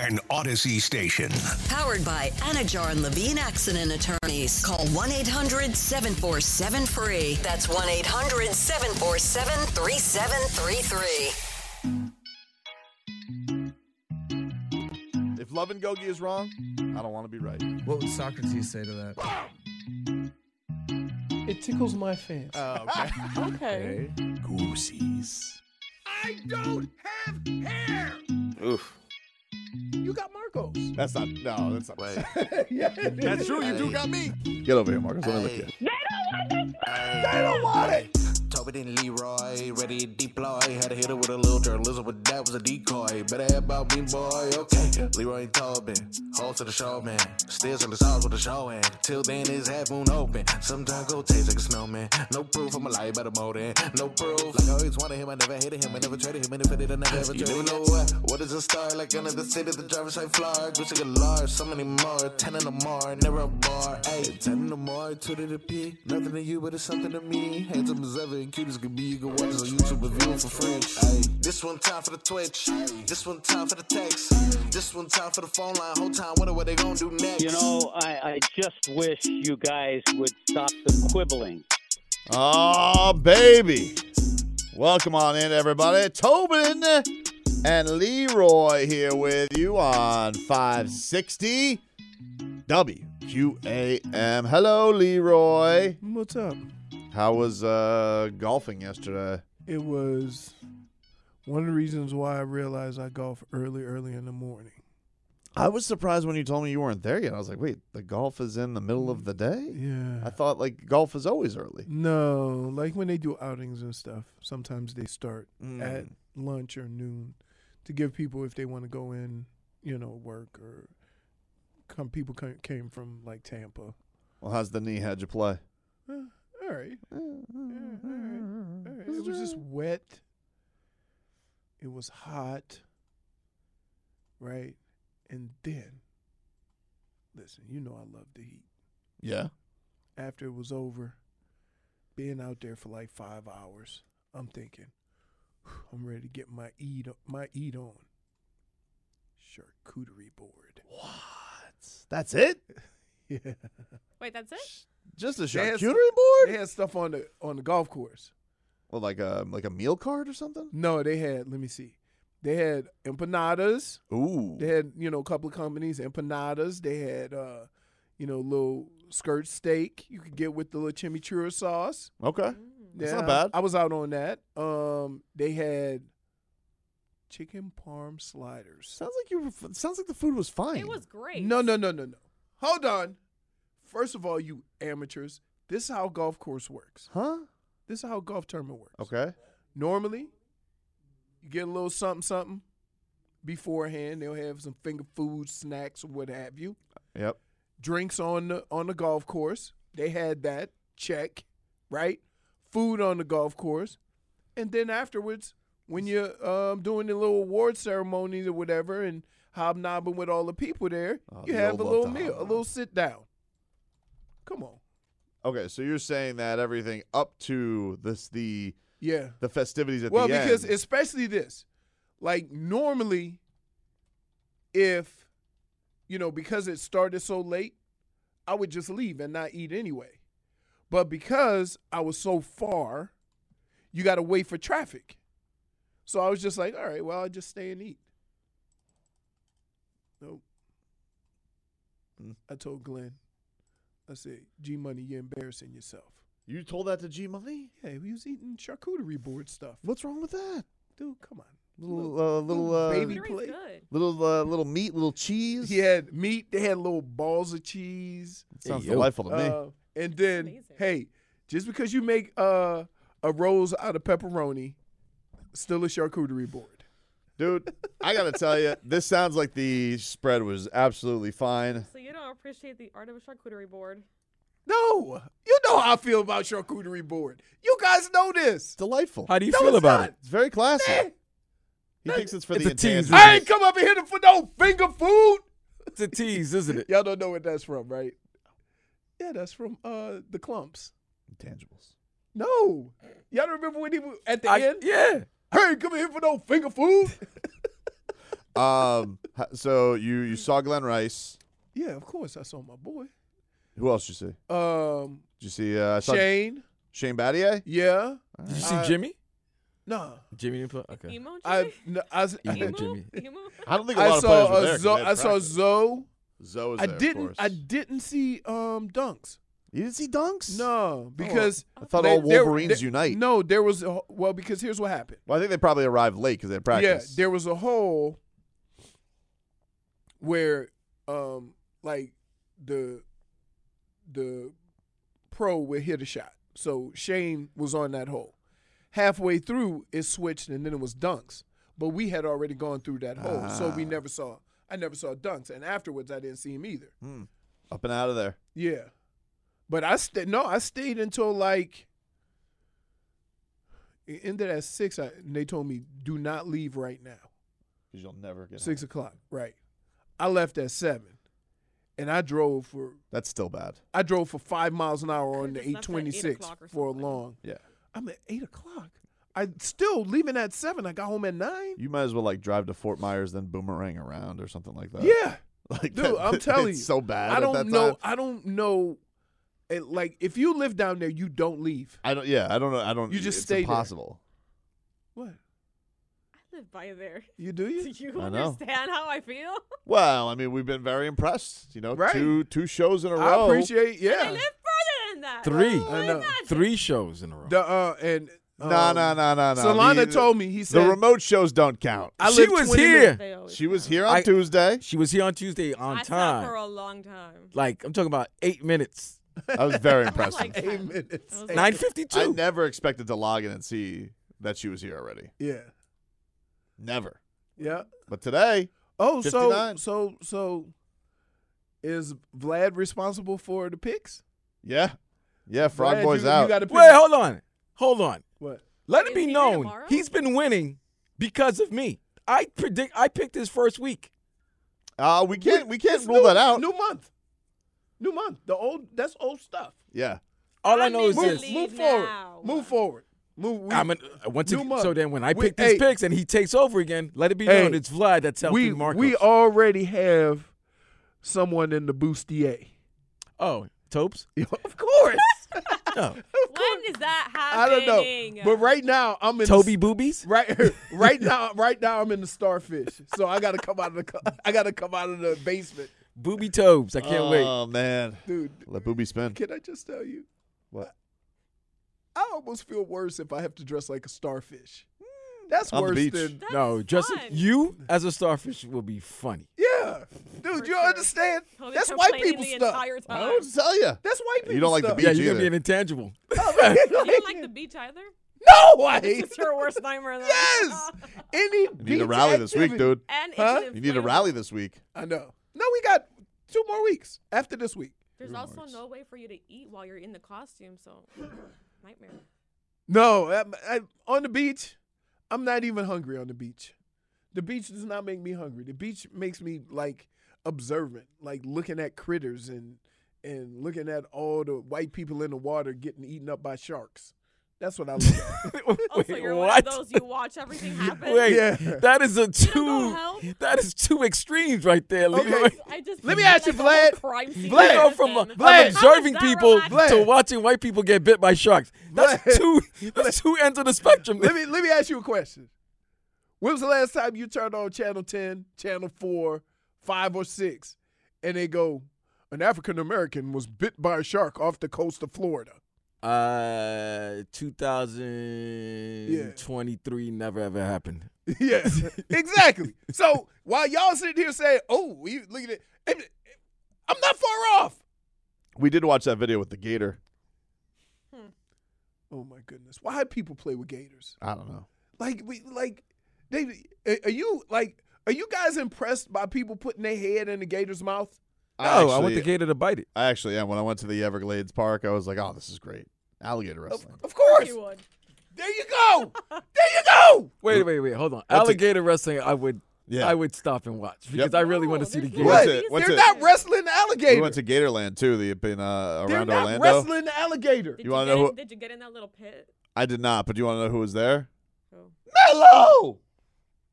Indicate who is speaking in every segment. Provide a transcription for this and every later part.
Speaker 1: An Odyssey station.
Speaker 2: Powered by Anajar and Levine Accident Attorneys. Call 1 800 747 free. That's 1 800 747 3733.
Speaker 3: If Love and Gogi is wrong, I don't want to be right.
Speaker 4: What would Socrates say to that?
Speaker 5: It tickles my fancy.
Speaker 3: Oh, okay.
Speaker 6: Okay.
Speaker 3: Goosies.
Speaker 4: I don't have hair.
Speaker 7: Oof.
Speaker 5: You got Marcos.
Speaker 3: That's not. No, that's not.
Speaker 7: Wait.
Speaker 5: yeah, it is.
Speaker 3: That's true. You do got me. Get over here, Marcus. Let me look at you.
Speaker 7: They don't want it. Tobin and Leroy, ready to deploy. Had to hit it with a little journalism, but that was a decoy. Better have about me, boy. Okay, Leroy and Tobin, hold to the show, man. Steers on the sauce with the show, and till then it's half moon open. Sometimes go taste like a snowman. No proof I'm alive, better more than no proof. Like I always wanted him, I never hated him, I never traded him, and if I did, I never ever traded him. You know what? What is a star? Like another city, the driver's side fly. Gucci large, so many more. Ten in the morning, never a bar. Ayy, ten in the morning, two to the P. Nothing to you, but it's something to me. Handsome as ever and cute as can be. You can watch us on YouTube and view it for free. Ayy, this one time for the Twitch. This one time for the text. This one time for the phone line. Whole time wonder what they gonna do next.
Speaker 8: You know, I, I just wish you guys would stop the quibbling.
Speaker 3: Oh, baby. Welcome on in, everybody. Tobin and Leroy here with you on 560 WQAM. Hello, Leroy.
Speaker 5: What's up?
Speaker 3: How was uh, golfing yesterday?
Speaker 5: It was one of the reasons why I realized I golf early, early in the morning.
Speaker 3: I was surprised when you told me you weren't there yet. I was like, wait, the golf is in the middle of the day? I
Speaker 5: Yeah.
Speaker 3: thought like golf is always early.
Speaker 5: No, like when they do outings and stuff, sometimes they start
Speaker 3: Mm.
Speaker 5: at lunch or noon to give people if they want to go in, you know, work or come. People ca- came from like Tampa.
Speaker 3: Well, how's the knee? How'd you play?
Speaker 5: All right. all right. It was just wet. It was hot. Right? And then, listen, you know I love the heat.
Speaker 3: Yeah.
Speaker 5: After it was over, being out there for like five hours, I'm thinking, "Whew, I'm ready to get my eat o- my eat on. Charcuterie board.
Speaker 3: What? That's it?
Speaker 5: Yeah.
Speaker 6: Wait, that's it?
Speaker 3: Just a
Speaker 5: They
Speaker 3: charcuterie
Speaker 5: had
Speaker 3: board?
Speaker 5: They had stuff on the on the golf course.
Speaker 3: Well, like a like a meal card or something?
Speaker 5: No, they had, let me see. They had empanadas.
Speaker 3: Ooh.
Speaker 5: Mm. They had, you know, a couple of companies, empanadas. They had, uh, you know, little skirt steak you could get with the little chimichurri sauce.
Speaker 3: Okay.
Speaker 6: Mm.
Speaker 3: That's not
Speaker 5: Yeah,
Speaker 3: bad.
Speaker 5: I was out on that. Um, they had chicken parm sliders.
Speaker 3: Sounds like you. Were, f- sounds like the food was fine.
Speaker 6: It was great.
Speaker 5: No, no, no, no, no. Hold on. First of all, you amateurs, this is how golf course works.
Speaker 3: Huh?
Speaker 5: This is how golf tournament works.
Speaker 3: Okay.
Speaker 5: Normally, you get a little something, something beforehand. They'll have some finger food, snacks, or what have you.
Speaker 3: Yep.
Speaker 5: drinks on the on the golf course. They had that check, right? Food on the golf course, and then afterwards, when you're um, doing the little award ceremonies or whatever, and hobnobbing with all the people there,
Speaker 3: Oh,
Speaker 5: you
Speaker 3: the
Speaker 5: have
Speaker 3: old
Speaker 5: a
Speaker 3: love
Speaker 5: little
Speaker 3: to
Speaker 5: meal, a
Speaker 3: hobnob.
Speaker 5: little sit down. Come on,
Speaker 3: Okay. So you're saying that everything up to this the
Speaker 5: yeah.
Speaker 3: the festivities at
Speaker 5: well,
Speaker 3: the end.
Speaker 5: because especially this, like normally, if you know, because it started so late, I would just leave and not eat anyway. But because I was so far, you got to wait for traffic. So I was just like, all right, well, I'll just stay and eat. Nope.
Speaker 3: Hmm.
Speaker 5: I told Glenn, I said, G Money, you're embarrassing yourself.
Speaker 3: You told that to G Money?
Speaker 5: Yeah, he was eating charcuterie board stuff.
Speaker 3: What's wrong with that?
Speaker 5: Dude, come on.
Speaker 3: Little, uh, little, uh,
Speaker 5: baby plate.
Speaker 3: Little, uh, little meat, little cheese.
Speaker 5: He had meat. They had little balls of cheese.
Speaker 3: Sounds Hey, yo. delightful to me.
Speaker 5: Uh, and then, hey, just because you make uh, a rose out of pepperoni, still a charcuterie board.
Speaker 3: Dude, I gotta tell you, this sounds like the spread was absolutely fine.
Speaker 6: So you don't appreciate the art of a charcuterie board.
Speaker 5: No, you know how I feel about charcuterie board. You guys know this.
Speaker 3: Delightful.
Speaker 9: How do you
Speaker 5: No,
Speaker 9: feel
Speaker 5: it's
Speaker 9: about
Speaker 5: not.
Speaker 9: it?
Speaker 3: It's very classic.
Speaker 5: Eh.
Speaker 3: He thinks it's for
Speaker 9: It's
Speaker 3: the
Speaker 9: a tease,
Speaker 3: intangibles.
Speaker 5: I ain't come up here for no finger food.
Speaker 9: It's a tease, isn't it?
Speaker 5: Y'all don't know what that's from, right? Yeah, that's from uh the clumps.
Speaker 3: Intangibles.
Speaker 5: No, y'all don't remember when he was at the
Speaker 9: I-
Speaker 5: end?
Speaker 9: yeah.
Speaker 5: Hey, come here for no finger food.
Speaker 3: Um, h- so you you saw Glenn Rice.
Speaker 5: yeah, of course I saw my boy.
Speaker 3: Who else did you see?
Speaker 5: Um,
Speaker 3: Did you see uh, I saw
Speaker 5: Shane.
Speaker 3: Shane Battier?
Speaker 5: Yeah.
Speaker 9: Did you see
Speaker 5: I-
Speaker 9: Jimmy?
Speaker 5: No,
Speaker 9: Jimmy didn't play. Okay.
Speaker 6: Emo
Speaker 5: I,
Speaker 6: Jimmy?
Speaker 5: no, I, s-
Speaker 9: Emo Jimmy.
Speaker 3: I don't think a lot
Speaker 5: I
Speaker 3: of players
Speaker 5: saw
Speaker 3: were
Speaker 5: uh,
Speaker 3: there. 'cause
Speaker 5: Zo-
Speaker 3: they had
Speaker 5: I saw
Speaker 3: practice.
Speaker 5: Zoe.
Speaker 3: Zoe was
Speaker 5: I
Speaker 3: there, of
Speaker 5: didn't. I
Speaker 3: course.
Speaker 5: didn't see um dunks.
Speaker 3: You didn't see dunks?
Speaker 5: No, because
Speaker 3: Oh, I thought
Speaker 5: they-
Speaker 3: all
Speaker 5: there-
Speaker 3: Wolverines
Speaker 5: there-
Speaker 3: unite.
Speaker 5: No, there was a, wh- well because here's what happened.
Speaker 3: Well, I think they probably arrived late because they had practice.
Speaker 5: Yeah, there was a hole where um like the the pro would hit a shot. So Shane was on that hole. Halfway through it switched and then it was dunks. But we had already gone through that hole. So
Speaker 3: Ah.
Speaker 5: we never saw I never saw dunks. And afterwards I didn't see him either.
Speaker 3: Up and out of there.
Speaker 5: Yeah. But I stayed no, I stayed until like it ended at six. I, and they told me do not leave right now.
Speaker 3: Because you'll never get
Speaker 5: Six
Speaker 3: home.
Speaker 5: o'clock, right? I left at seven, and I drove for
Speaker 3: That's still bad.
Speaker 5: I drove for five miles an hour on the
Speaker 6: just
Speaker 5: eight
Speaker 6: left at eight
Speaker 5: twenty six
Speaker 6: o'clock or
Speaker 5: for a
Speaker 6: something.
Speaker 5: long.
Speaker 3: Yeah.
Speaker 5: I'm at eight o'clock. I still leaving at seven. I got home at nine.
Speaker 3: You might as well like drive to Fort Myers, then boomerang around or something like that.
Speaker 5: yeah,
Speaker 3: like
Speaker 5: dude,
Speaker 3: that-
Speaker 5: I'm telling
Speaker 3: it's
Speaker 5: you,
Speaker 3: so bad.
Speaker 5: I
Speaker 3: at
Speaker 5: don't
Speaker 3: that
Speaker 5: know.
Speaker 3: time.
Speaker 5: I don't know. It, like if you live down there, you don't leave.
Speaker 3: I don't. Yeah, I don't know. I don't.
Speaker 5: You just
Speaker 3: it's
Speaker 5: stay there.
Speaker 3: impossible.
Speaker 5: What
Speaker 6: I live by there.
Speaker 5: you do?
Speaker 6: Do
Speaker 5: You
Speaker 6: you
Speaker 3: I know.
Speaker 6: understand how I feel?
Speaker 3: Well, I mean, we've been very impressed. You know,
Speaker 5: Right.
Speaker 3: two two shows in a
Speaker 5: I
Speaker 3: row.
Speaker 6: I
Speaker 5: appreciate.
Speaker 6: live
Speaker 5: Yeah,
Speaker 6: further than that.
Speaker 9: Three.
Speaker 5: I know.
Speaker 9: Three shows in a row.
Speaker 5: The uh and
Speaker 3: No,
Speaker 5: um,
Speaker 3: no, no, no, no.
Speaker 5: Solana
Speaker 3: The-
Speaker 5: told me he
Speaker 3: the
Speaker 5: said
Speaker 3: remote shows don't count.
Speaker 5: I
Speaker 9: She
Speaker 5: live
Speaker 9: was
Speaker 5: 20
Speaker 9: here.
Speaker 5: minutes-
Speaker 6: They always
Speaker 3: She was
Speaker 6: are.
Speaker 3: here on
Speaker 9: I-
Speaker 3: Tuesday.
Speaker 9: She was here on Tuesday on
Speaker 6: I sat for
Speaker 9: time.
Speaker 6: a long time.
Speaker 9: Like I'm talking about eight minutes.
Speaker 3: I was very
Speaker 6: I was
Speaker 3: impressed.
Speaker 6: like,
Speaker 5: Eight minutes.
Speaker 6: I was like,
Speaker 9: Nine fifty
Speaker 3: I
Speaker 9: two.
Speaker 3: never expected to log in and see that she was here already.
Speaker 5: Yeah,
Speaker 3: Never.
Speaker 5: yeah.
Speaker 3: But today,
Speaker 5: Oh,
Speaker 3: 59.
Speaker 5: so so so is Vlad responsible for the picks?
Speaker 3: yeah, yeah, Frog
Speaker 5: Vlad,
Speaker 3: Boy's
Speaker 5: you,
Speaker 3: out.
Speaker 5: You got to pick
Speaker 9: Wait, hold on. Hold on.
Speaker 5: what?
Speaker 9: Let it
Speaker 6: Is
Speaker 9: be
Speaker 6: he here
Speaker 9: known
Speaker 6: tomorrow?
Speaker 9: he's been winning because of me. I predict I picked his first week.
Speaker 3: Uh, we can't we can't
Speaker 5: It's
Speaker 3: rule
Speaker 5: new-
Speaker 3: that out.
Speaker 5: New month, new month. The old that's old stuff.
Speaker 3: Yeah.
Speaker 9: All I,
Speaker 6: I
Speaker 9: know
Speaker 6: mean,
Speaker 9: is
Speaker 6: we're
Speaker 9: this.
Speaker 5: Move,
Speaker 6: leaving
Speaker 5: move forward.
Speaker 6: now.
Speaker 5: Move forward. Move. We,
Speaker 9: I'm an, uh, once
Speaker 5: new
Speaker 9: again-
Speaker 5: month.
Speaker 9: so then when I
Speaker 5: We-
Speaker 9: pick these
Speaker 5: hey,
Speaker 9: picks and he takes over again, let it be
Speaker 5: Hey,
Speaker 9: known it's Vlad that's helping
Speaker 5: we
Speaker 9: Marco.
Speaker 5: we already have someone in the bustier.
Speaker 9: oh, Topes?
Speaker 5: of course.
Speaker 9: No.
Speaker 6: When is that
Speaker 5: I don't
Speaker 6: happening?
Speaker 5: know, but right now I'm in the
Speaker 9: Toby Boobies?
Speaker 5: Right, right now, right now I'm in the starfish, so I gotta come out of the, co- I gotta come out of the basement,
Speaker 9: Booby Tobes. I can't wait.
Speaker 3: Oh man.
Speaker 5: dude.
Speaker 3: Let Booby spin.
Speaker 5: Can I just tell you,
Speaker 3: What?
Speaker 5: I almost feel worse if I have to dress like a starfish. That's
Speaker 3: Mm. On the
Speaker 5: worse
Speaker 3: beach.
Speaker 5: than,
Speaker 6: That's
Speaker 9: no, just
Speaker 6: fun.
Speaker 9: you as a starfish will be funny.
Speaker 5: yeah, dude.
Speaker 6: For
Speaker 5: you
Speaker 6: sure.
Speaker 5: understand?
Speaker 6: He'll be
Speaker 5: That's white
Speaker 6: complaining
Speaker 5: people
Speaker 6: the
Speaker 5: stuff.
Speaker 6: entire
Speaker 3: I
Speaker 6: time.
Speaker 3: don't know what to tell you.
Speaker 5: That's white people.
Speaker 3: Oh, You don't like the
Speaker 5: stuff. Oh,
Speaker 3: beach
Speaker 9: yeah, you're
Speaker 3: either.
Speaker 9: gonna be an intangible.
Speaker 6: You don't like the beach either?
Speaker 5: no, I hate.
Speaker 6: It's your worst nightmare. then.
Speaker 5: Yes, any.
Speaker 3: you need to rally this week, dude.
Speaker 6: and it's
Speaker 5: Huh?
Speaker 6: an
Speaker 3: You need to
Speaker 6: inflatable-
Speaker 3: rally this week.
Speaker 5: I know. No, we got two more weeks after this week.
Speaker 6: There's also no way for you to eat while you're in the costume, so nightmare.
Speaker 5: No, I'm, I'm on the beach. I'm not even hungry on the beach. The beach does not make me hungry. The beach makes me like observant, like looking at critters and and looking at all the white people in the water getting eaten up by sharks. That's what I look at.
Speaker 6: Oh, so
Speaker 9: Wait,
Speaker 6: you're
Speaker 9: what?
Speaker 6: one of those you watch everything happen.
Speaker 9: Wait,
Speaker 5: Yeah.
Speaker 9: that is a
Speaker 6: go
Speaker 9: two.
Speaker 6: help?
Speaker 9: That is two extremes right there, Leroy.
Speaker 6: I just
Speaker 5: Let me
Speaker 6: pictured,
Speaker 5: ask you,
Speaker 6: like, a
Speaker 5: Vlad.
Speaker 6: whole crime scene
Speaker 9: You
Speaker 5: Vlad.
Speaker 9: go
Speaker 6: with
Speaker 9: from uh,
Speaker 6: them.
Speaker 5: Vlad.
Speaker 9: I'm observing
Speaker 6: How is that
Speaker 9: people
Speaker 6: relaxing?
Speaker 9: to watching white people get bit by sharks. That's
Speaker 5: Vlad.
Speaker 9: two. That's two ends of the spectrum.
Speaker 5: let me let me ask you a question. When was the last time you turned on channel ten, channel four, five or six, and they go, An African American was bit by a shark off the coast of Florida.
Speaker 9: Uh, 2023 never ever happened.
Speaker 5: Yeah, exactly. so while y'all sitting here saying, "Oh, we look at it," I'm I'm not far off.
Speaker 3: We did watch that video with the gator.
Speaker 5: Oh my goodness, why do people play with gators?
Speaker 3: I don't know.
Speaker 5: Like we like they are you like are you guys impressed by people putting their head in the gator's mouth?
Speaker 9: No, I want the gator
Speaker 3: to bite it. I actually, yeah, when I went to the Everglades Park, I was like, oh, this is great. Alligator wrestling.
Speaker 5: Of course. There you go. there you go.
Speaker 9: Wait, wait, wait. Hold on.
Speaker 3: That's a-
Speaker 9: Alligator wrestling, I would,
Speaker 3: Yeah.
Speaker 9: I would stop and watch because
Speaker 3: Yep.
Speaker 9: I really want to see the gator.
Speaker 3: What's it? What's
Speaker 5: They're
Speaker 3: it?
Speaker 5: not wrestling the
Speaker 3: We
Speaker 5: alligator.
Speaker 3: went to Gatorland too. The in uh,
Speaker 5: They're
Speaker 3: around
Speaker 5: not
Speaker 3: Orlando.
Speaker 5: wrestling the alligator.
Speaker 6: Did
Speaker 3: You
Speaker 6: you,
Speaker 3: wanna
Speaker 6: get
Speaker 3: know
Speaker 6: in-
Speaker 3: who-
Speaker 6: Did you get in that little pit?
Speaker 3: I did not, but do you want to know who was there?
Speaker 5: Mello.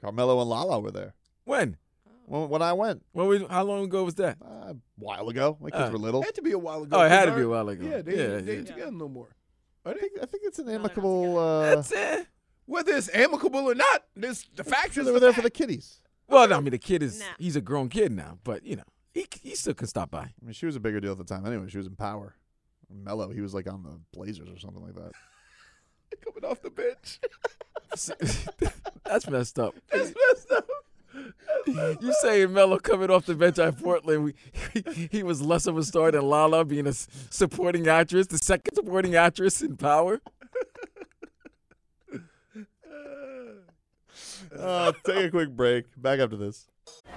Speaker 3: Carmelo and Lala were there.
Speaker 9: When?
Speaker 5: Oh.
Speaker 3: When, when I went.
Speaker 9: When we, how long ago was that?
Speaker 3: Uh, while ago. My kids
Speaker 9: Uh.
Speaker 3: were little.
Speaker 5: Had to be a while ago.
Speaker 9: Oh, it had to
Speaker 5: 'cause
Speaker 9: be a
Speaker 5: aren't-
Speaker 9: while ago.
Speaker 5: Yeah, they
Speaker 9: Yeah,
Speaker 5: they
Speaker 9: yeah.
Speaker 5: ain't together no more. I think
Speaker 3: I think it's an amicable. Uh,
Speaker 9: That's it.
Speaker 5: Whether it's amicable or not, this the fact is
Speaker 3: they were
Speaker 5: the
Speaker 3: there
Speaker 5: fact.
Speaker 3: for the kiddies.
Speaker 9: Well, no, I mean the kid is he's a grown kid now, but you know he he still can stop by.
Speaker 3: I mean, she was a bigger deal at the time. Anyway, she was in Power. Mello, he was like on the Blazers or something like that.
Speaker 5: coming off the bench.
Speaker 9: That's messed up.
Speaker 5: That's messed up.
Speaker 9: You saying Melo coming off the bench at Portland, we, he was less of a star than Lala being a s- supporting actress, the second supporting actress in Power.
Speaker 3: Uh, take a quick break. Back after this.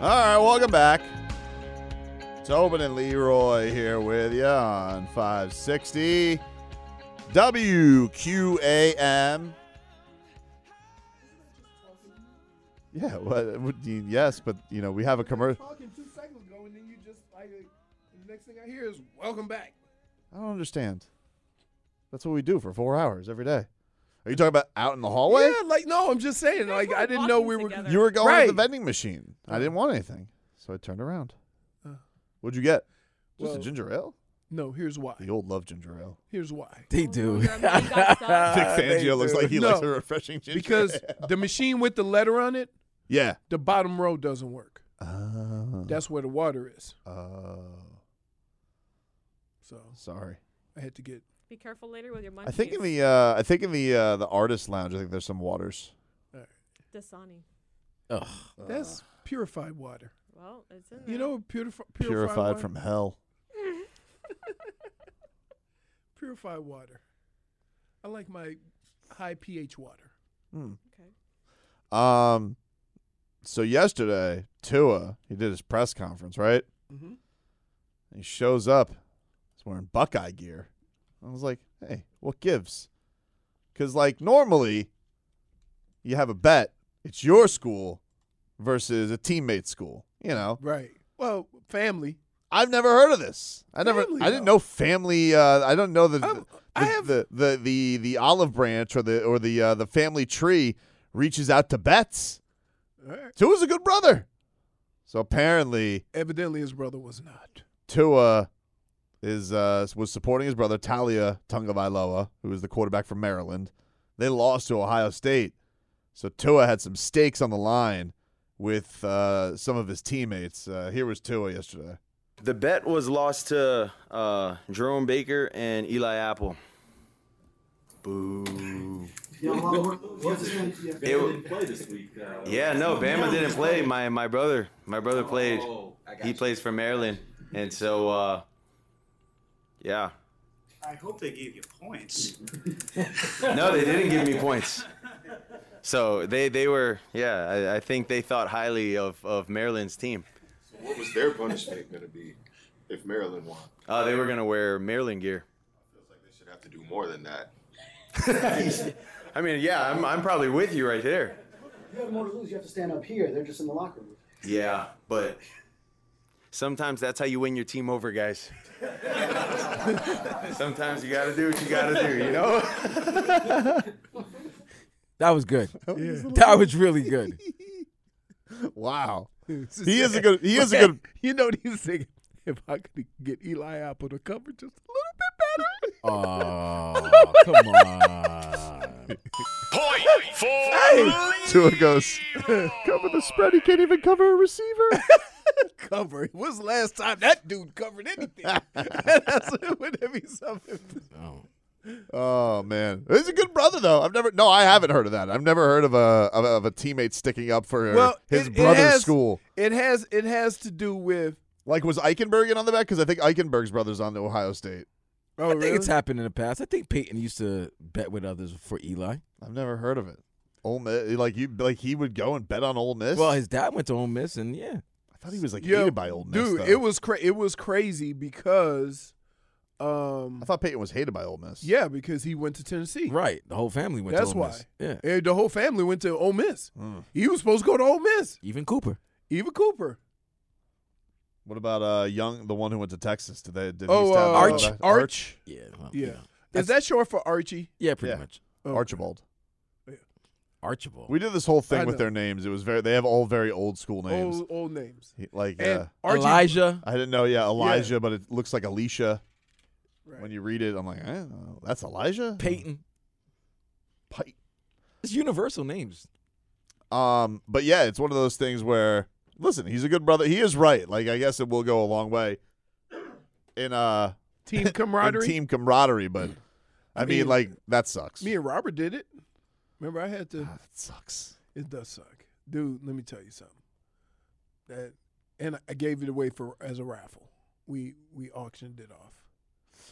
Speaker 3: All right, welcome back. Tobin and Leroy here with you on 560 WQAM. Yeah, what? what do you- Yes, but you know we have a commercial.
Speaker 5: Talking two seconds ago, and then you just like the next thing I hear is "Welcome back."
Speaker 3: I don't understand. That's what we do for four hours every day. Are you talking about out in the hallway?
Speaker 5: Yeah, like no, I'm just saying. Like I didn't know we were.
Speaker 3: You were going
Speaker 5: right.
Speaker 3: to the vending machine. I didn't want anything, so I turned around.
Speaker 5: Uh.
Speaker 3: What'd you get? Just
Speaker 5: Well,
Speaker 3: a ginger ale.
Speaker 5: No, here's why.
Speaker 3: The old love ginger ale.
Speaker 5: Here's why.
Speaker 9: They do. Vic
Speaker 5: Uh,
Speaker 3: Fangio looks like he likes a refreshing ginger
Speaker 5: Because the machine with the letter on it,
Speaker 3: Yeah.
Speaker 5: the bottom row doesn't work.
Speaker 3: Oh.
Speaker 5: That's where the water is.
Speaker 3: Oh.
Speaker 5: So
Speaker 3: Sorry.
Speaker 5: I had to get.
Speaker 6: Be careful later with your money.
Speaker 3: I think in the uh, I think in the uh, the artist lounge. I think there's some waters.
Speaker 6: Dasani.
Speaker 9: Ugh.
Speaker 3: Uh.
Speaker 5: That's purified water.
Speaker 6: Well, it's in there.
Speaker 5: You know what purifi- purified
Speaker 3: Purified
Speaker 5: water?
Speaker 3: from hell.
Speaker 5: purified water. I like my high pH water.
Speaker 3: Hmm.
Speaker 6: Okay.
Speaker 3: Um. So yesterday, Tua he did his press conference, right?
Speaker 5: Mhm.
Speaker 3: He shows up. He's wearing Buckeye gear. I was like, hey, what gives? Because like normally, you have a bet. It's your school versus a teammate's school. You know.
Speaker 5: Right. Well, family.
Speaker 3: I've never heard of this. I never.
Speaker 5: Family,
Speaker 3: I didn't
Speaker 5: though.
Speaker 3: know family. Uh, I don't know the the,
Speaker 5: I
Speaker 3: the,
Speaker 5: have-
Speaker 3: the, the the the olive branch or the or the uh, the family tree reaches out to bets.
Speaker 5: All right.
Speaker 3: Tua's a good brother. So apparently
Speaker 5: Evidently, his brother was not.
Speaker 3: Tua is uh, was supporting his brother Talia Tungavailoa, who is the quarterback from Maryland. They lost to Ohio State, so Tua had some stakes on the line with uh, some of his teammates. Uh, here was Tua yesterday.
Speaker 10: The bet was lost to uh, Jerome Baker and Eli Apple. Boo. It- uh, Yeah, Oh, no, Bama didn't play. My my brother, my brother played. He plays for Maryland, and so uh, yeah.
Speaker 11: I hope they gave you points.
Speaker 10: No, they didn't give me points. So they they were yeah. I, I think they thought highly of of Maryland's team.
Speaker 12: What was their punishment going to be if Maryland won?
Speaker 10: Uh, they were gonna wear Maryland gear.
Speaker 12: Should have to do more than that.
Speaker 10: I mean, yeah, I'm I'm probably with you right there.
Speaker 13: You have more to lose. You have to stand up here. They're just in the locker room.
Speaker 10: Yeah, but sometimes that's how you win your team over, guys. sometimes you gotta do what you gotta do, you know.
Speaker 9: That was good. That was really good.
Speaker 3: Wow. He is a good. He is a good.
Speaker 5: You know what he's thinking? If I could get Eli Apple to cover just
Speaker 9: Oh, come on.
Speaker 4: Point for
Speaker 3: Tua goes. cover the spread. He can't even cover a receiver.
Speaker 5: cover. When's the last time that dude covered anything? That's would that be something?
Speaker 3: Oh man, he's a good brother though. I've never. No, I haven't heard of that. I've never heard of a of a, of a teammate sticking up for his
Speaker 5: it- it
Speaker 3: brother's
Speaker 5: has-
Speaker 3: school.
Speaker 5: It has it has to do with
Speaker 3: Like was Eichenberg in on the back? Because I think Eichenberg's brother's on to Ohio State.
Speaker 5: oh,
Speaker 9: I think it's happened in the past. I think Peyton used to bet with others for Eli.
Speaker 3: I've never heard of it. Ole Miss, like you, like he would go and bet on Ole Miss.
Speaker 9: Well, his dad went to Ole Miss, and yeah,
Speaker 3: I thought he was like
Speaker 5: Yeah,
Speaker 3: hated by Ole Miss.
Speaker 5: Dude,
Speaker 3: though.
Speaker 5: it was cra- it was crazy because um
Speaker 3: I thought Peyton was hated by Ole Miss.
Speaker 5: yeah, because he went to Tennessee.
Speaker 9: Right, the whole family went.
Speaker 5: That's
Speaker 9: to Ole
Speaker 5: why.
Speaker 9: Miss. Yeah,
Speaker 5: And the whole family went to Ole Miss.
Speaker 3: Hmm. Mm-hmm.
Speaker 5: He was supposed to go to Ole Miss.
Speaker 9: even Cooper.
Speaker 5: Eva Cooper.
Speaker 3: What about uh Young, the one who went to Texas? Did they? Did
Speaker 5: Oh,
Speaker 3: he stab
Speaker 5: uh,
Speaker 3: him in
Speaker 5: Arch.
Speaker 3: the back?
Speaker 5: Arch.
Speaker 9: Yeah.
Speaker 5: yeah. Is that short for Archie? Oh,
Speaker 9: Yeah, pretty much.
Speaker 3: Archibald.
Speaker 9: Archibald.
Speaker 3: We did this whole
Speaker 5: I
Speaker 3: thing with
Speaker 5: know.
Speaker 3: their names. It was very. They have all very old school names.
Speaker 5: Old, old names.
Speaker 3: He- like
Speaker 5: And
Speaker 3: uh,
Speaker 5: Archie- Elijah.
Speaker 3: I didn't know. Yeah, Elijah, but it looks like Alicia. When you read it, I'm like, eh, that's Elijah.
Speaker 9: Peyton.
Speaker 3: Peyton.
Speaker 9: It's universal names.
Speaker 3: Um, but yeah, it's one of those things where listen, he's a good brother. He is right. Like I guess it will go a long way in uh
Speaker 5: Team
Speaker 3: in
Speaker 5: camaraderie?
Speaker 3: team camaraderie. But I,
Speaker 5: I
Speaker 3: mean,
Speaker 5: mean-
Speaker 3: like that sucks.
Speaker 5: Me and Robert did it. Remember, I had to.
Speaker 3: it sucks.
Speaker 5: It does suck, dude. Let me tell you something. That, and I gave it away for as a raffle. We we auctioned it off.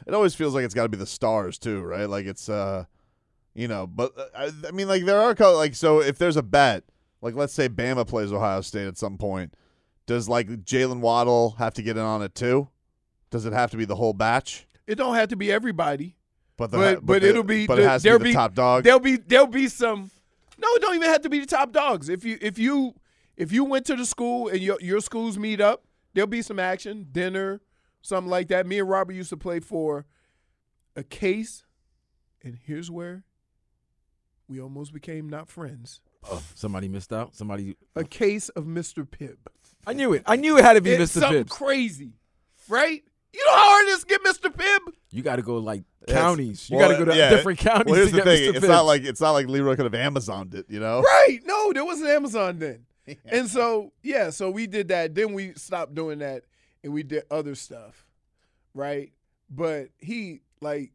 Speaker 3: It always feels like it's got to be the stars too, right? Like it's uh, you know. But uh, I, I mean, like there are co- like so if there's a bet, like let's say Bama plays Ohio State at some point, does like Jalen Waddle have to get in on it too? Does it have to be the whole batch?
Speaker 5: It don't have to be everybody,
Speaker 3: But the,
Speaker 5: but
Speaker 3: but,
Speaker 5: but,
Speaker 3: the-
Speaker 5: it'll be.
Speaker 3: but
Speaker 5: the,
Speaker 3: it has to
Speaker 5: there'll
Speaker 3: be the top dog.
Speaker 5: There'll be there'll be some. No, it don't even have to be the top dogs. If you if you if you went to the school and your your schools meet up, there'll be some action, dinner, something like that. Me and Robert used to play for a case, and here's where we almost became not friends.
Speaker 9: Oh, somebody missed out. Somebody.
Speaker 5: A case of Mr. Pibb.
Speaker 9: I knew it. I knew it had to be
Speaker 5: It's
Speaker 9: Mr.
Speaker 5: something
Speaker 9: Pibbs.
Speaker 5: crazy, right? You know how hard it is to get Mr. Pibb?
Speaker 9: You got to go like
Speaker 3: That's-
Speaker 9: counties. You
Speaker 3: well,
Speaker 9: got to go to
Speaker 3: yeah.
Speaker 9: different counties.
Speaker 3: Well, here's
Speaker 9: to
Speaker 3: the
Speaker 9: get
Speaker 3: thing:
Speaker 9: Mr.
Speaker 3: it's not
Speaker 9: Pibbs.
Speaker 3: like it's not like Leroy could have Amazoned it, you know?
Speaker 5: Right. No, there wasn't Amazon then. And so, yeah, so we did that. Then we stopped doing that and we did other stuff. Right? But he like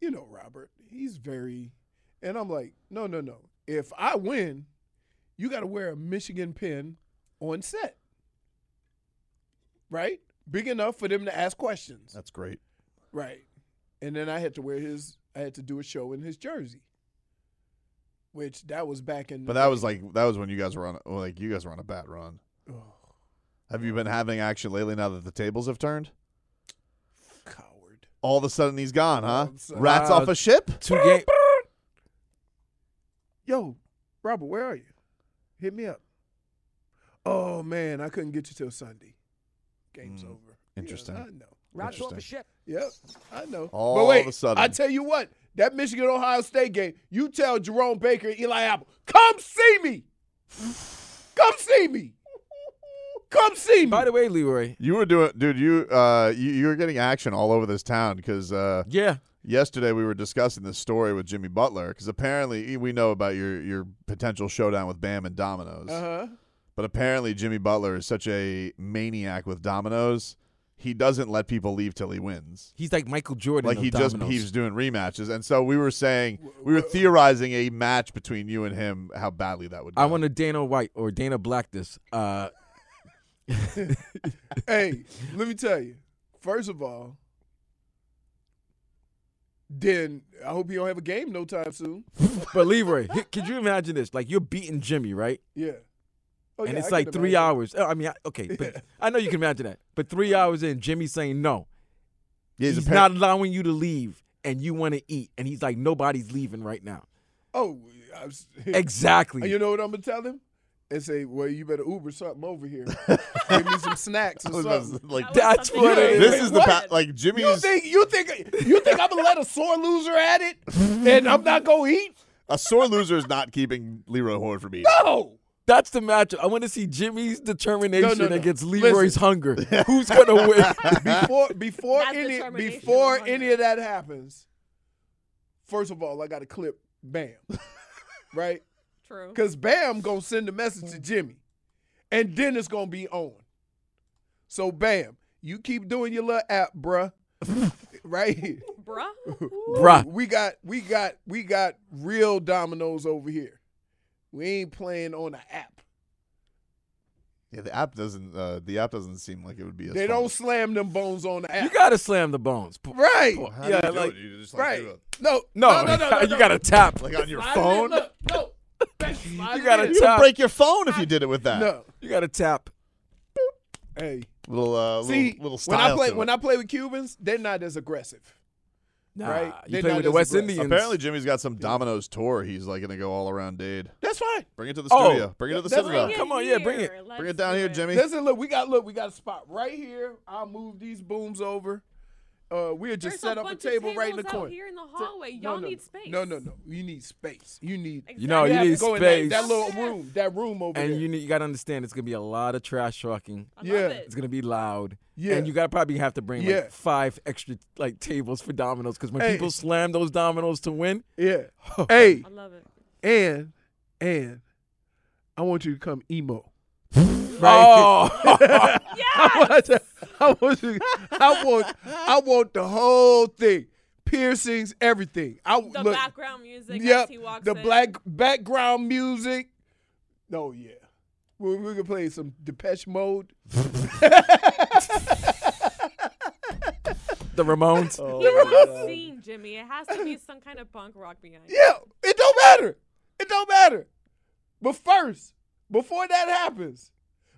Speaker 5: you know, Robert, he's very and I'm like, "No, no, no. If I win, you got to wear a Michigan pin on set." Right? Big enough for them to ask questions.
Speaker 3: That's great.
Speaker 5: Right. And then I had to wear his I had to do a show in his jersey. Which that was back in
Speaker 3: But that was like that was when you guys were on well, like you guys were on a bat run.
Speaker 5: Oh.
Speaker 3: Have you been having action lately now that the tables have turned? Coward. All of a sudden he's gone, huh? Rats
Speaker 9: Wow.
Speaker 3: off a Uh, ship?
Speaker 9: Two game.
Speaker 5: Yo, Robert, where are you? Hit me up. Oh man, I couldn't get you till Sunday. Game's over.
Speaker 3: Hmm, Interesting.
Speaker 5: I know.
Speaker 3: Rats off the Interesting.
Speaker 5: ship. Yep, I know.
Speaker 3: All
Speaker 5: but wait,
Speaker 3: of a sudden.
Speaker 5: I tell you what, that Michigan Ohio State game, you tell Jerome Baker and Eli Apple, come see me. Come see me. Come see me.
Speaker 9: By the way, Leroy.
Speaker 3: You were doing dude, you uh you, you were getting action all over this town because uh
Speaker 9: Yeah.
Speaker 3: Yesterday we were discussing this story with Jimmy e,
Speaker 9: Uh-huh.
Speaker 3: Butler because apparently we know about your your potential showdown with Bam and Dominoes.
Speaker 5: Uh huh.
Speaker 3: But apparently, Jimmy Butler is such a maniac with dominoes. He doesn't let people leave till he wins.
Speaker 9: He's like Michael Jordan.
Speaker 3: Like
Speaker 9: of
Speaker 3: he just
Speaker 9: dominoes.
Speaker 3: keeps doing rematches. And so we were saying we were theorizing a match between you and him, how badly that would.
Speaker 9: I want to Dana White or Dana Black this. Uh,
Speaker 5: hey, let me tell you. First of all, then I hope you don't have a game no time soon.
Speaker 9: but Leroy, h- could you imagine this? Like you're beating Jimmy, right?
Speaker 5: Yeah. Oh,
Speaker 9: and
Speaker 5: yeah,
Speaker 9: it's
Speaker 5: I
Speaker 9: like
Speaker 5: can
Speaker 9: three
Speaker 5: imagine.
Speaker 9: hours. Oh, I mean, I- okay, but I know you can imagine that. But three hours in, Jimmy's saying no.
Speaker 3: he's
Speaker 9: he's
Speaker 3: a par-
Speaker 9: not allowing you to leave, and you want to eat, and he's like, nobody's leaving right now.
Speaker 5: Oh, I was,
Speaker 9: Exactly.
Speaker 5: And you know what I'm gonna tell him? And say, well, you better Uber something over here. Give me some snacks
Speaker 3: I
Speaker 5: or
Speaker 3: was about to
Speaker 5: something.
Speaker 3: say, like, That was that's something what it good. is. This is the pa- like,
Speaker 5: You
Speaker 3: Jimmy's-
Speaker 5: think you think you think I'm gonna let a sore loser at it, and I'm not gonna eat?
Speaker 3: A sore loser is not keeping Leroy Horde from eating.
Speaker 5: No.
Speaker 9: That's the matchup. I want to see Jimmy's determination
Speaker 3: No, no, no.
Speaker 9: against Leroy's
Speaker 3: Listen.
Speaker 9: hunger. Who's gonna win?
Speaker 5: before before
Speaker 6: That's
Speaker 5: any
Speaker 6: determination
Speaker 5: before
Speaker 6: of
Speaker 5: any of that happens, first of all, I got to clip Bam, right?
Speaker 6: True.
Speaker 5: Because Bam gonna send a message to Jimmy, and then it's gonna be on. So Bam, you keep doing your little app, bruh. right,
Speaker 6: bruh,
Speaker 9: Bruh.
Speaker 5: We got we got we got real dominoes over here. We ain't playing on an app.
Speaker 3: Yeah, the app doesn't. Uh, the app doesn't seem like it would be. As
Speaker 5: they
Speaker 3: fun.
Speaker 5: don't slam them bones on the app.
Speaker 9: you gotta slam the bones. P-
Speaker 5: Right.
Speaker 9: p-
Speaker 3: How do
Speaker 9: yeah,
Speaker 3: you do
Speaker 9: like
Speaker 3: it? You just, like,
Speaker 5: Right.
Speaker 3: do
Speaker 5: No.
Speaker 9: no,
Speaker 5: No. No. No.
Speaker 9: you gotta tap.
Speaker 3: Like on your
Speaker 5: Slide it in,
Speaker 3: phone.
Speaker 5: look, No. Slide
Speaker 9: You
Speaker 5: it
Speaker 9: gotta
Speaker 5: in.
Speaker 3: You would
Speaker 9: tap.
Speaker 3: break your phone if you did it with that.
Speaker 5: No.
Speaker 9: You gotta tap.
Speaker 5: Hey.
Speaker 3: Little uh,
Speaker 5: See,
Speaker 3: little, little
Speaker 5: when
Speaker 3: style.
Speaker 5: I play
Speaker 3: to
Speaker 5: when
Speaker 3: it.
Speaker 5: I play with Cubans, they're not as aggressive.
Speaker 9: Nah,
Speaker 5: right?
Speaker 9: you
Speaker 5: They're
Speaker 9: play
Speaker 5: not
Speaker 9: with the
Speaker 5: as
Speaker 9: West
Speaker 5: aggressive.
Speaker 9: Indians.
Speaker 3: Apparently, Jimmy's got some Domino's tour. He's like gonna go all around Dade.
Speaker 5: That's fine.
Speaker 3: Bring it to the
Speaker 9: Oh,
Speaker 3: studio. bring it to the
Speaker 5: that's
Speaker 3: Citadel.
Speaker 5: right.
Speaker 9: Come on, yeah, bring it.
Speaker 3: Bring it down here, Jimmy.
Speaker 5: Listen, look, we got look, we got a spot right here. I'll move these booms over. Uh, we'll just
Speaker 6: There's
Speaker 5: set up a
Speaker 6: bunch of
Speaker 5: table right in the
Speaker 6: tables out
Speaker 5: corner.
Speaker 6: Here in the hallway,
Speaker 5: No,
Speaker 6: y'all
Speaker 5: no,
Speaker 6: need
Speaker 5: no.
Speaker 6: space.
Speaker 5: No, no, no. You need space. You need.
Speaker 6: You
Speaker 9: know, Oh, you
Speaker 5: have
Speaker 9: need
Speaker 5: to go in that-
Speaker 9: space.
Speaker 5: That, little room. That room over
Speaker 9: And
Speaker 5: there.
Speaker 9: you need, you gotta understand it's gonna be a lot of trash talking.
Speaker 6: I love
Speaker 5: yeah.
Speaker 6: it.
Speaker 9: It's gonna be loud.
Speaker 5: Yeah.
Speaker 9: And you gotta probably have to bring
Speaker 5: Yeah.
Speaker 9: like five extra like tables for dominoes because when
Speaker 5: Hey.
Speaker 9: people slam those dominoes to win,
Speaker 5: Yeah.
Speaker 9: Oh,
Speaker 5: hey,
Speaker 6: I love it.
Speaker 5: and and I want you to come emo.
Speaker 9: oh,
Speaker 5: I want, to- I want, you- I want, I want the whole thing, piercings, everything. I
Speaker 6: The
Speaker 5: look,
Speaker 6: background music
Speaker 5: yep,
Speaker 6: as he walks
Speaker 5: the
Speaker 6: in.
Speaker 5: black background music. Oh yeah, we we can play some Depeche Mode.
Speaker 9: the Ramones.
Speaker 5: Oh,
Speaker 6: You're not seeing Jimmy. It has to be some kind of punk rock behind. it.
Speaker 5: Yeah, it don't matter. It don't matter. But first, before that happens,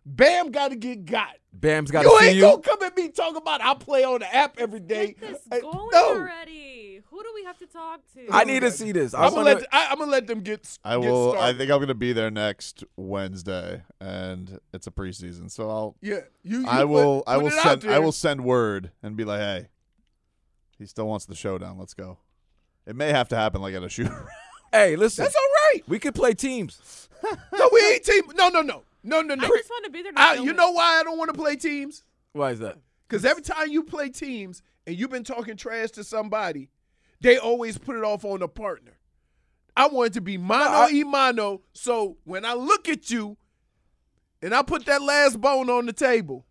Speaker 5: Bam got to get got.
Speaker 9: Bam's gotta
Speaker 5: You
Speaker 9: see
Speaker 5: ain't
Speaker 9: you.
Speaker 5: gonna come at me talking about I play on the app every day.
Speaker 6: Get this
Speaker 5: Hey,
Speaker 6: going
Speaker 5: no.
Speaker 6: already. Who do we have to talk to?
Speaker 9: I need to see this. I
Speaker 5: I'm gonna
Speaker 9: want
Speaker 5: let I, I'm gonna let them get.
Speaker 3: I
Speaker 5: get
Speaker 3: will. I
Speaker 5: started.
Speaker 3: think I'm gonna be there next Wednesday, and it's a preseason, so I'll.
Speaker 5: Yeah, you. you
Speaker 3: I
Speaker 5: put-
Speaker 3: will. I
Speaker 5: put
Speaker 3: will
Speaker 5: it out
Speaker 3: send. I
Speaker 5: there.
Speaker 3: will send word and be like, hey, he still wants the showdown. Let's go. It may have to happen like at a shoot.
Speaker 9: Hey, listen,
Speaker 5: That's all right.
Speaker 9: we could play teams.
Speaker 5: No, we ain't team. No, no, no, no, no,
Speaker 6: I
Speaker 5: no.
Speaker 6: just want to be there. To
Speaker 5: I,
Speaker 6: film
Speaker 5: you
Speaker 6: it.
Speaker 5: know why I don't want to play teams?
Speaker 9: Why is that?
Speaker 5: Because every time you play teams and you've been talking trash to somebody, they always put it off on a partner. I want it to be mano e mano. So when I look at you and I put that last bone on the table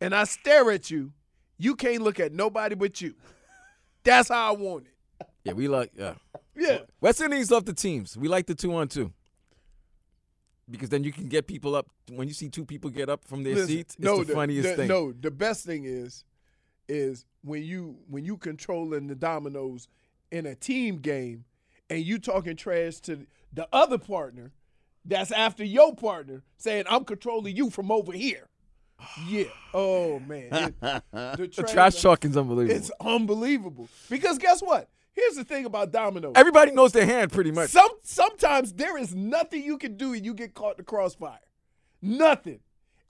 Speaker 5: and I stare at you, you can't look at nobody but you. That's how I want it.
Speaker 9: Yeah, we like. Yeah,
Speaker 5: Yeah.
Speaker 9: West Indies love the teams. We like the two on two. Because then you can get people up when you see two people get up from their
Speaker 5: Listen,
Speaker 9: seats. It's the, funniest thing.
Speaker 5: No, the best thing is, is when you when you controlling the dominoes in a team game, and you talking trash to the other partner, that's after your partner saying, "I'm controlling you from over here." Yeah. Oh man, It- the
Speaker 9: the
Speaker 5: trash,
Speaker 9: trash talking's unbelievable.
Speaker 5: It's unbelievable because guess what? Here's the thing about dominoes.
Speaker 9: Everybody knows their hand pretty much.
Speaker 5: Some sometimes there is nothing you can do and you get caught in the crossfire. Nothing.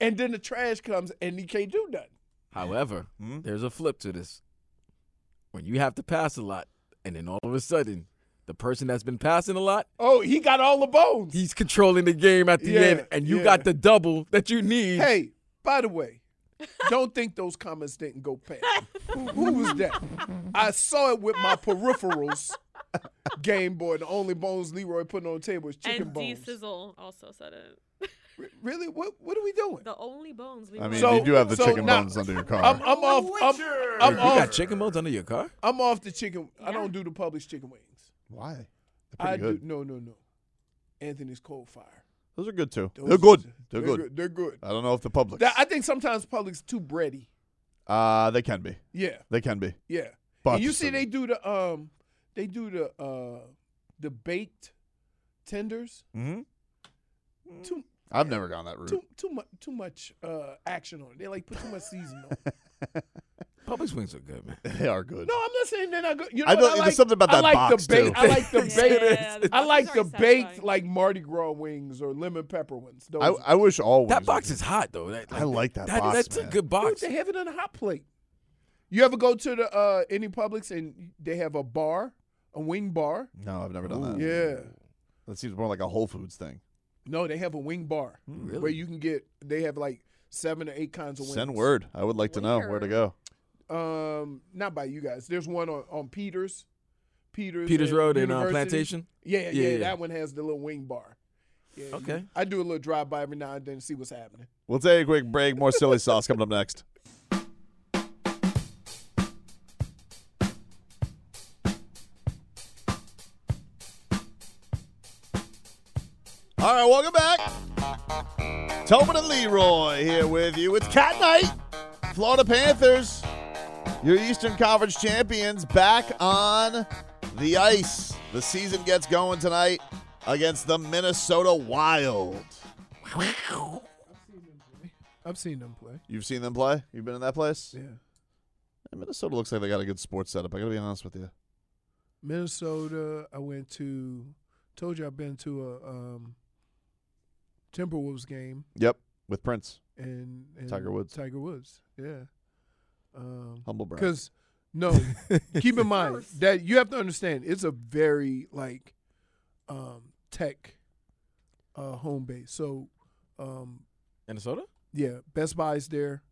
Speaker 5: And then the trash comes and you can't do nothing.
Speaker 9: However,
Speaker 3: Hmm?
Speaker 9: there's a flip to this. When you have to pass a lot, and then all of a sudden, the person that's been passing a lot,
Speaker 5: Oh, he got all the bones.
Speaker 9: he's controlling the game at the
Speaker 5: Yeah,
Speaker 9: end, and you
Speaker 5: yeah.
Speaker 9: got the double that you need.
Speaker 5: Hey, by the way, don't think those comments didn't go past. who, who was that? I saw it with my peripherals. Game Boy, the only bones Leroy putting on the table is chicken
Speaker 6: And D
Speaker 5: bones.
Speaker 6: Sizzle also said it.
Speaker 5: Really? What What are we doing?
Speaker 6: The only bones. We
Speaker 3: I mean,
Speaker 5: So-
Speaker 3: you do have the
Speaker 5: so
Speaker 3: chicken
Speaker 5: now-
Speaker 3: bones under your car.
Speaker 5: I'm, I'm off. I'm, I'm
Speaker 9: you
Speaker 5: off.
Speaker 9: got chicken bones under your car?
Speaker 5: I'm off the chicken. I don't do the Publix chicken wings.
Speaker 3: Why? They're pretty
Speaker 5: I
Speaker 3: good.
Speaker 5: do. No, no, no. Anthony's cold fire.
Speaker 3: Those are good too.
Speaker 5: Those-
Speaker 3: they're good. They're,
Speaker 5: they're
Speaker 3: good. Uh,
Speaker 5: good. They're good.
Speaker 3: I don't know if the public.
Speaker 5: That- I think sometimes Publix too bready.
Speaker 3: Uh they can be.
Speaker 5: Yeah.
Speaker 3: They can be.
Speaker 5: Yeah.
Speaker 3: But
Speaker 5: and you see they do the um they do the uh the baked tenders.
Speaker 3: Mhm.
Speaker 5: Too
Speaker 3: I've never gone that route.
Speaker 5: too too much too much uh action on it. They like put too much seasoning on. it.
Speaker 9: Publix wings are good, man.
Speaker 3: They are good.
Speaker 5: No, I'm not saying they're not good. You know
Speaker 3: I
Speaker 5: what
Speaker 3: don't-
Speaker 5: I
Speaker 3: there's
Speaker 5: like?
Speaker 3: something about
Speaker 5: I
Speaker 3: that
Speaker 5: like
Speaker 3: box,
Speaker 5: the baked,
Speaker 3: too.
Speaker 5: I like the
Speaker 3: It
Speaker 5: baked.
Speaker 3: is.
Speaker 5: I like the
Speaker 3: Those are
Speaker 5: baked like Mardi Gras wings or lemon pepper ones. Those
Speaker 3: I, I wish all
Speaker 9: That
Speaker 3: wings
Speaker 9: box
Speaker 3: were
Speaker 9: is hot though. That-
Speaker 3: I like that
Speaker 9: that-
Speaker 3: box,
Speaker 9: That's a
Speaker 3: man.
Speaker 9: good box.
Speaker 5: Dude, they have it on a hot plate. You ever go to the uh any Publix and they have a bar, a wing bar?
Speaker 3: good. No, I've never done that.
Speaker 5: Yeah.
Speaker 3: That seems more like a Whole Foods thing.
Speaker 5: No, they have a wing bar
Speaker 9: Hmm,
Speaker 5: where you can get. They have like seven or eight kinds of wings.
Speaker 3: Send word. I would like to know where to go.
Speaker 5: Um, not by you guys. There's one on, on Peters, Peters,
Speaker 9: Peters
Speaker 5: at
Speaker 9: Road in, uh,
Speaker 5: University.
Speaker 9: Plantation?
Speaker 5: Yeah, yeah,
Speaker 9: Yeah, yeah.
Speaker 5: That one has the little wing bar. Yeah, you-
Speaker 9: Okay.
Speaker 5: I do a little drive by every now and then to see what's happening.
Speaker 3: We'll take a quick break. More silly sauce coming up next. All right, welcome back. Tobin and Leroy here with you. It's Cat Night. Florida Panthers, your Eastern Conference champions, back on the ice. The season gets going tonight against the Minnesota Wild.
Speaker 5: I've seen them play.
Speaker 3: You've seen them play? You've been in that place?
Speaker 5: Yeah.
Speaker 3: Minnesota looks like they got a good sports setup. I got to be honest with you.
Speaker 5: Minnesota. I went to. Told you I've been to a um, Timberwolves game
Speaker 3: Yep, with Prince.
Speaker 5: and, and
Speaker 3: Tiger Woods.
Speaker 5: Tiger Woods, yeah. Um,
Speaker 3: Humble brag.
Speaker 5: Because no, keep in mind that you have to understand it's a very like um, tech uh, home base. So um,
Speaker 9: Minnesota?
Speaker 5: yeah, Best Buy's there,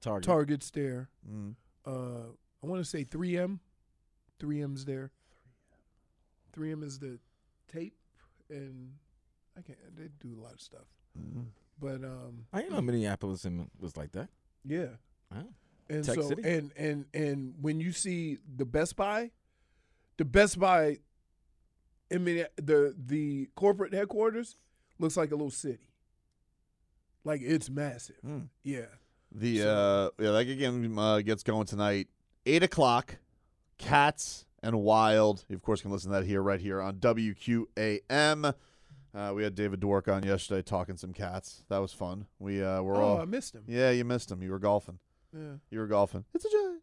Speaker 9: Target.
Speaker 5: Target's there.
Speaker 3: Mm.
Speaker 5: Uh, I want to say 3M, 3M's there. 3M is the tape, and I can't. They do a lot of stuff,
Speaker 9: Mm-hmm.
Speaker 5: but um,
Speaker 9: I didn't know Minneapolis and- was like that.
Speaker 5: yeah.
Speaker 9: Wow.
Speaker 5: And
Speaker 9: Tech
Speaker 5: so
Speaker 9: City?
Speaker 5: and and and when you see the Best Buy, the Best Buy I mean the the corporate headquarters looks like a little city. Like it's massive.
Speaker 9: Mm.
Speaker 5: Yeah.
Speaker 3: The uh, yeah, that game uh, gets going tonight, eight o'clock. Cats and Wild. You of course can listen to that here, right here on WQAM. Uh, we had David Dwork on yesterday talking some cats. That was fun. We uh, were
Speaker 5: Oh,
Speaker 3: all.
Speaker 5: I missed him.
Speaker 3: Yeah, you missed him. You were golfing.
Speaker 5: Yeah.
Speaker 3: You were golfing. It's a joy.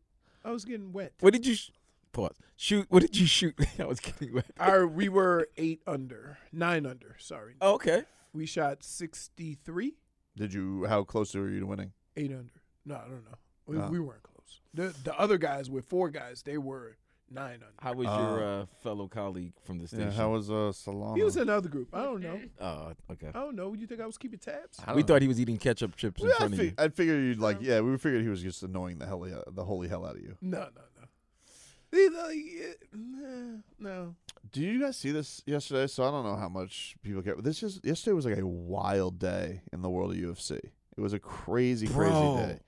Speaker 5: I was getting wet.
Speaker 9: What did you sh- pause? Shoot! What did you shoot? I was kidding. Wait.
Speaker 5: Our we were eight under. Nine under, sorry.
Speaker 9: Okay.
Speaker 5: We shot sixty three,
Speaker 3: Did you? How close were you to winning?
Speaker 5: eight under. No, I don't know. We,
Speaker 3: Oh.
Speaker 5: we weren't close. The the other guys with four guys, they were nine under.
Speaker 9: How was your uh, fellow colleague from the station?
Speaker 3: Yeah, how was uh, Solana?
Speaker 5: He was in another group. I don't know.
Speaker 9: Oh, okay.
Speaker 5: I don't know. You think I was keeping tabs?
Speaker 9: We thought he was eating ketchup chips in
Speaker 3: Yeah, I,
Speaker 9: front of you.
Speaker 3: fig- I figured you'd like. Yeah, we figured he was just annoying the hell, the holy hell out of you.
Speaker 5: No, no, no. He's like, yeah, nah, no.
Speaker 3: Do you guys see this yesterday? So I don't know how much people care. but This is yesterday was like a wild day in the world of UFC. It was a crazy,
Speaker 9: Bro.
Speaker 3: crazy day.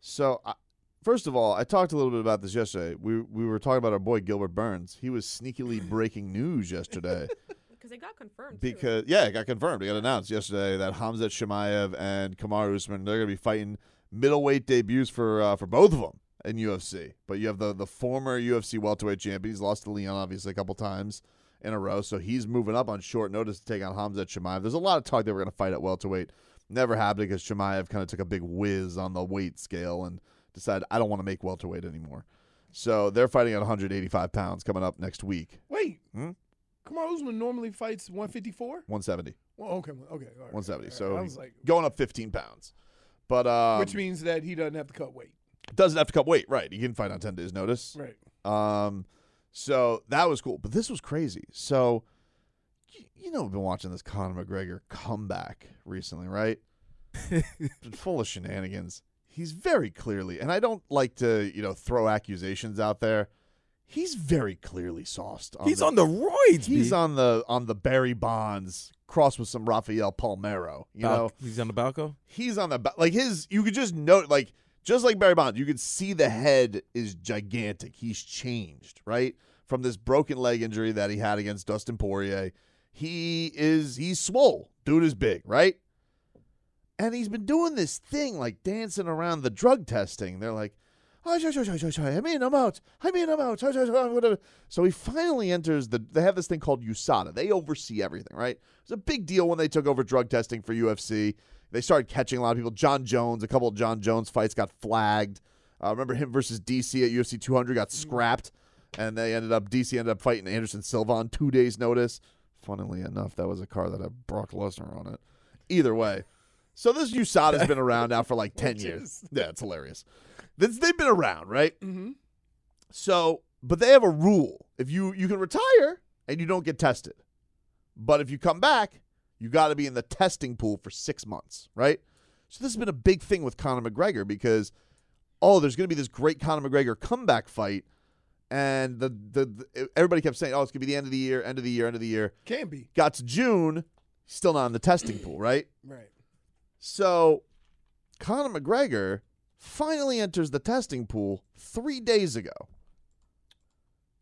Speaker 3: So I, first of all, I talked a little bit about this yesterday. We we were talking about our boy Gilbert Burns. He was sneakily breaking news yesterday
Speaker 6: Because it got confirmed. too.
Speaker 3: because yeah, it got confirmed. It got announced yesterday that Hamzat Shemaev and Kamaru Usman they're going to be fighting middleweight debuts for uh, for both of them in UFC. But you have the the former UFC welterweight champion. He's lost to Leon obviously a couple times in a row, so he's moving up on short notice to take on Hamzat Shemaev. There's a lot of talk they were going to fight at welterweight. Never happened because Shemaev kind of took a big whiz on the weight scale and decided I don't want to make welterweight anymore. So they're fighting at 185 pounds coming up next week.
Speaker 5: Wait,
Speaker 3: Hmm?
Speaker 5: Kamaru Usman normally fights 154?
Speaker 3: 170.
Speaker 5: Well, okay, well, okay. all right,
Speaker 3: One seventy.
Speaker 5: all right.
Speaker 3: So
Speaker 5: I was like,
Speaker 3: going up fifteen pounds, but um,
Speaker 5: which means that he doesn't have to cut weight.
Speaker 3: doesn't have to cut weight, right? You can fight on ten days' notice,
Speaker 5: Right.
Speaker 3: Um, so that was cool, but this was crazy. So, y- you know, we've been watching this Conor McGregor comeback recently, right? Been full of shenanigans. He's very clearly, and I don't like to, you know, throw accusations out there. He's very clearly sauced.
Speaker 9: He's on the roids,
Speaker 3: He's
Speaker 9: B.
Speaker 3: on the on the Barry Bonds cross with some Rafael Palmero. You
Speaker 9: Bal-
Speaker 3: know,
Speaker 9: he's on the Balco.
Speaker 3: he's on the ba- like his. You could just note like just like Barry Bonds, you could see the head is gigantic. He's changed right from this broken leg injury that he had against Dustin Poirier. He is he's swole. Dude is big, right? And he's been doing this thing like dancing around the drug testing. They're like, oh, shy, shy, shy, shy, shy. I'm in, I'm out. I'm in, I'm out. Shy, shy, shy, whatever. So he finally enters the. They have this thing called USADA. They oversee everything, right? It's a big deal when they took over drug testing for UFC. They started catching a lot of people. John Jones, a couple of John Jones fights got flagged. Uh, remember him versus DC at UFC 200 got scrapped, and they ended up DC ended up fighting Anderson Silva on two days' notice. Funnily enough, that was a car that had Brock Lesnar on it. Either way, so this USADA has been around now for like ten years. Yeah, it's hilarious. This, they've been around, right? Mm-hmm. So, but they have a rule: if you you can retire and you don't get tested, but if you come back, you got to be in the testing pool for six months, right? So this has been a big thing with Conor McGregor because oh, there's going to be this great Conor McGregor comeback fight, and the, the the everybody kept saying oh, it's going to be the end of the year, end of the year, end of the year.
Speaker 5: Can be.
Speaker 3: Got to June, still not in the testing pool, right?
Speaker 5: Right.
Speaker 3: So Conor McGregor finally enters the testing pool three days ago.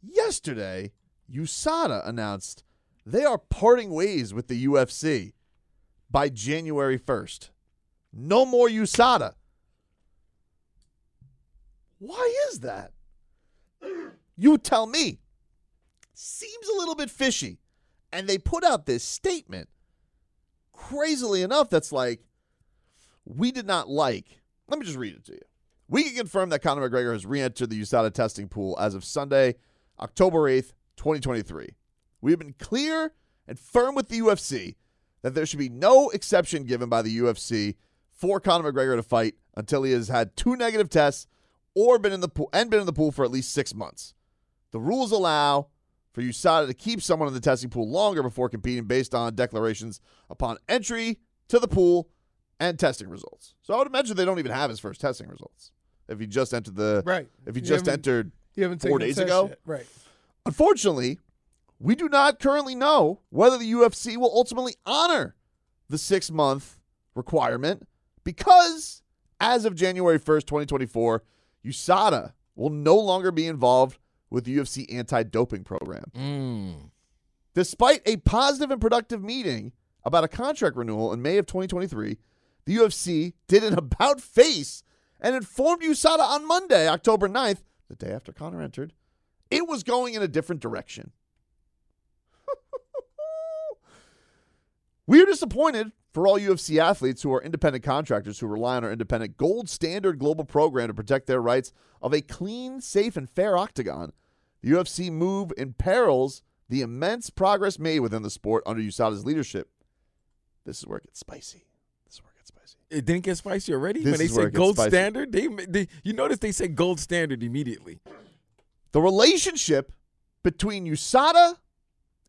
Speaker 3: Yesterday, USADA announced they are parting ways with the UFC by January 1st. No more USADA. Why is that? You tell me. Seems a little bit fishy. And they put out this statement, crazily enough, that's like, we did not like. Let me just read it to you. We can confirm that Conor McGregor has re-entered the USADA testing pool as of Sunday, October 8th, 2023. We have been clear and firm with the UFC that there should be no exception given by the UFC for Conor McGregor to fight until he has had two negative tests or been in the pool and been in the pool for at least six months. The rules allow for USADA to keep someone in the testing pool longer before competing based on declarations upon entry to the pool and testing results. So I would imagine they don't even have his first testing results if he just entered the
Speaker 5: Right.
Speaker 3: If he
Speaker 5: You
Speaker 3: just
Speaker 5: haven't-
Speaker 3: entered
Speaker 5: you haven't
Speaker 3: four
Speaker 5: taken the
Speaker 3: days
Speaker 5: test
Speaker 3: ago,
Speaker 5: yet. Right.
Speaker 3: Unfortunately, we do not currently know whether the UFC will ultimately honor the six month requirement because as of January 1st, 2024, USADA will no longer be involved with the UFC anti doping program. Despite a positive and productive meeting about a contract renewal in May of 2023, the UFC did an about face and informed USADA on Monday, October 9th, the day after Connor entered, it was going in a different direction. We are disappointed for all UFC athletes who are independent contractors who rely on our independent gold standard global program to protect their rights of a clean, safe, and fair octagon. The UFC move imperils the immense progress made within the sport under USADA's leadership. This is where it gets spicy.
Speaker 9: It didn't get spicy already
Speaker 3: This
Speaker 9: when they
Speaker 3: is where
Speaker 9: said
Speaker 3: it gets
Speaker 9: gold
Speaker 3: spicy.
Speaker 9: standard. They, they you notice they said gold standard immediately.
Speaker 3: The relationship between USADA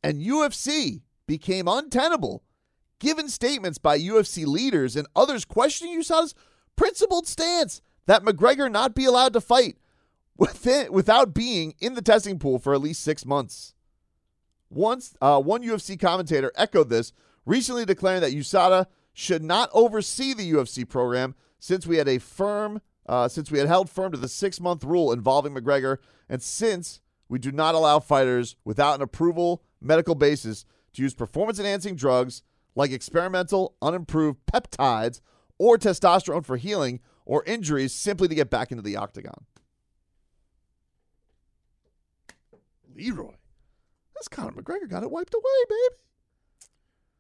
Speaker 3: and UFC became untenable given statements by UFC leaders and others questioning USADA's principled stance that McGregor not be allowed to fight within, without being in the testing pool for at least six months. Once uh, one UFC commentator echoed this, recently declaring that USADA should not oversee the UFC program since we had a firm, uh, since we had held firm to the six month rule involving McGregor, and since we do not allow fighters without an approval medical basis to use performance enhancing drugs like experimental, unimproved peptides or testosterone for healing or injuries simply to get back into the octagon. Leroy. That's Conor McGregor got it wiped away, baby.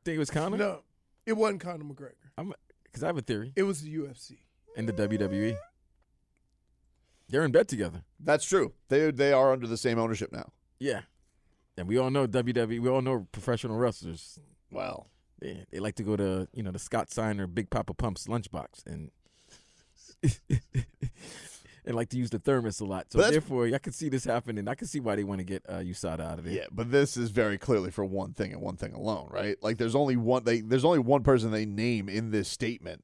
Speaker 9: Think it was Conor?
Speaker 5: No, it wasn't Conor McGregor.
Speaker 9: I'm because I have a theory.
Speaker 5: It was the UFC.
Speaker 9: And the WWE. They're in bed together.
Speaker 3: That's true. They they are under the same ownership now.
Speaker 9: Yeah. And we all know WWE. We all know professional wrestlers.
Speaker 3: Well,
Speaker 9: yeah, they like to go to you know the Scott Steiner Big Papa Pumps lunchbox and and like to use the thermos a lot. So
Speaker 3: But that's-
Speaker 9: therefore, I can see this happening. I can see why they want to get uh, USADA out of it.
Speaker 3: Yeah, but this is very clearly for one thing and one thing alone, right? Like there's only one they there's only one person they name in this statement.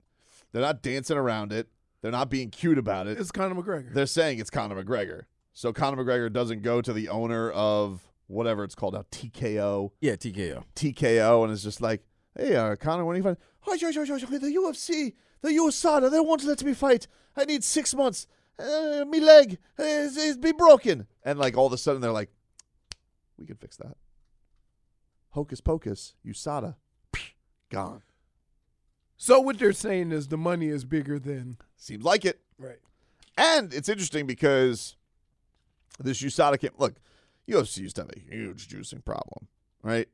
Speaker 3: They're not dancing around it. They're not being cute about it.
Speaker 5: It's Conor McGregor.
Speaker 3: They're saying it's Conor McGregor. So Conor McGregor doesn't go to the owner of whatever it's called now, TKO.
Speaker 9: Yeah, TKO.
Speaker 3: TKO, and it's just like, hey, uh, Conor, when do you fight? Oh, sure, sure, sure, sure. The UFC, the USADA, they won't let me fight. I need six months. Uh, me leg, uh, it's, it's be broken. And like all of a sudden, they're like, we can fix that. Hocus pocus, USADA, gone.
Speaker 5: So what they're saying is the money is bigger than
Speaker 3: Seems like it.
Speaker 5: Right.
Speaker 3: And it's interesting because this USADA camp, look, UFC used to have a huge juicing problem, right?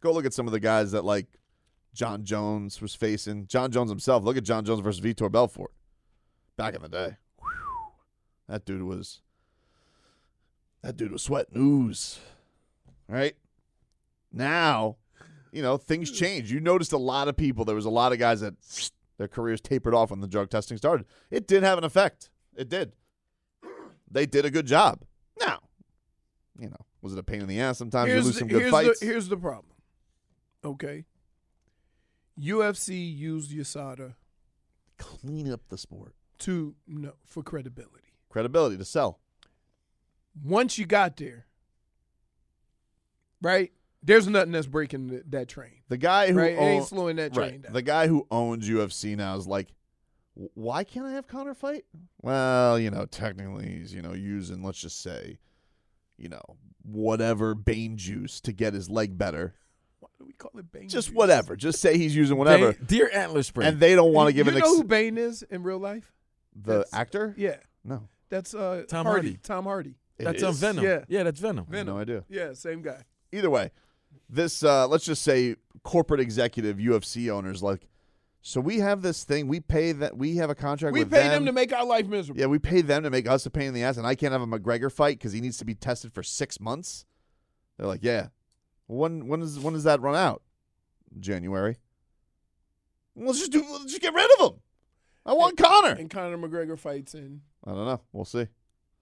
Speaker 3: Go look at some of the guys that like John Jones was facing. John Jones himself. Look at John Jones versus Vitor Belfort back in the day. Whew. that dude was that dude was sweat news, right? Now, you know things change. You noticed a lot of people. There was a lot of guys that their careers tapered off when the drug testing started. It did have an effect. It did. They did a good job. Now, you know, was it a pain in the ass? Sometimes you lose some good
Speaker 5: here's
Speaker 3: fights.
Speaker 5: The, here's the problem. Okay. UFC used USADA
Speaker 3: clean up the sport
Speaker 5: to no for credibility.
Speaker 3: Credibility to sell.
Speaker 5: Once you got there, right? There's nothing that's breaking th- that train.
Speaker 3: The guy who
Speaker 5: Right, it
Speaker 3: own-
Speaker 5: ain't slowing that train
Speaker 3: right,
Speaker 5: down.
Speaker 3: The guy who owns UFC now is like, "W- why can't I have Connor fight? Well, you know, technically he's you know using let's just say, you know, whatever Bane juice to get his leg better.
Speaker 5: We call it Bane.
Speaker 3: Just whatever. Just say he's using whatever.
Speaker 9: Bane- deer antler spray.
Speaker 3: And they don't want to give
Speaker 5: you
Speaker 3: an
Speaker 5: know
Speaker 3: ex-
Speaker 5: who Bane is in real life?
Speaker 3: the actor.
Speaker 5: Yeah.
Speaker 3: No.
Speaker 5: That's uh
Speaker 9: Tom
Speaker 5: Hardy.
Speaker 9: Hardy.
Speaker 5: Tom Hardy.
Speaker 3: It That's, uh, is? Venom.
Speaker 5: Yeah.
Speaker 9: Yeah, that's Venom.
Speaker 3: I had no idea.
Speaker 5: Yeah, same guy.
Speaker 3: Either way, this uh, let's just say corporate executive UFC owners like. So we have this thing. We pay that. We have a contract.
Speaker 5: We
Speaker 3: with
Speaker 5: pay them to make our life miserable.
Speaker 3: Yeah, we pay them to make us a pain in the ass, and I can't have a McGregor fight because he needs to be tested for six months. They're like, yeah. When when is when does that run out? January. Let's just do. Let's just get rid of him. I want Connor.
Speaker 5: And Conor McGregor fights in.
Speaker 3: I don't know. We'll see.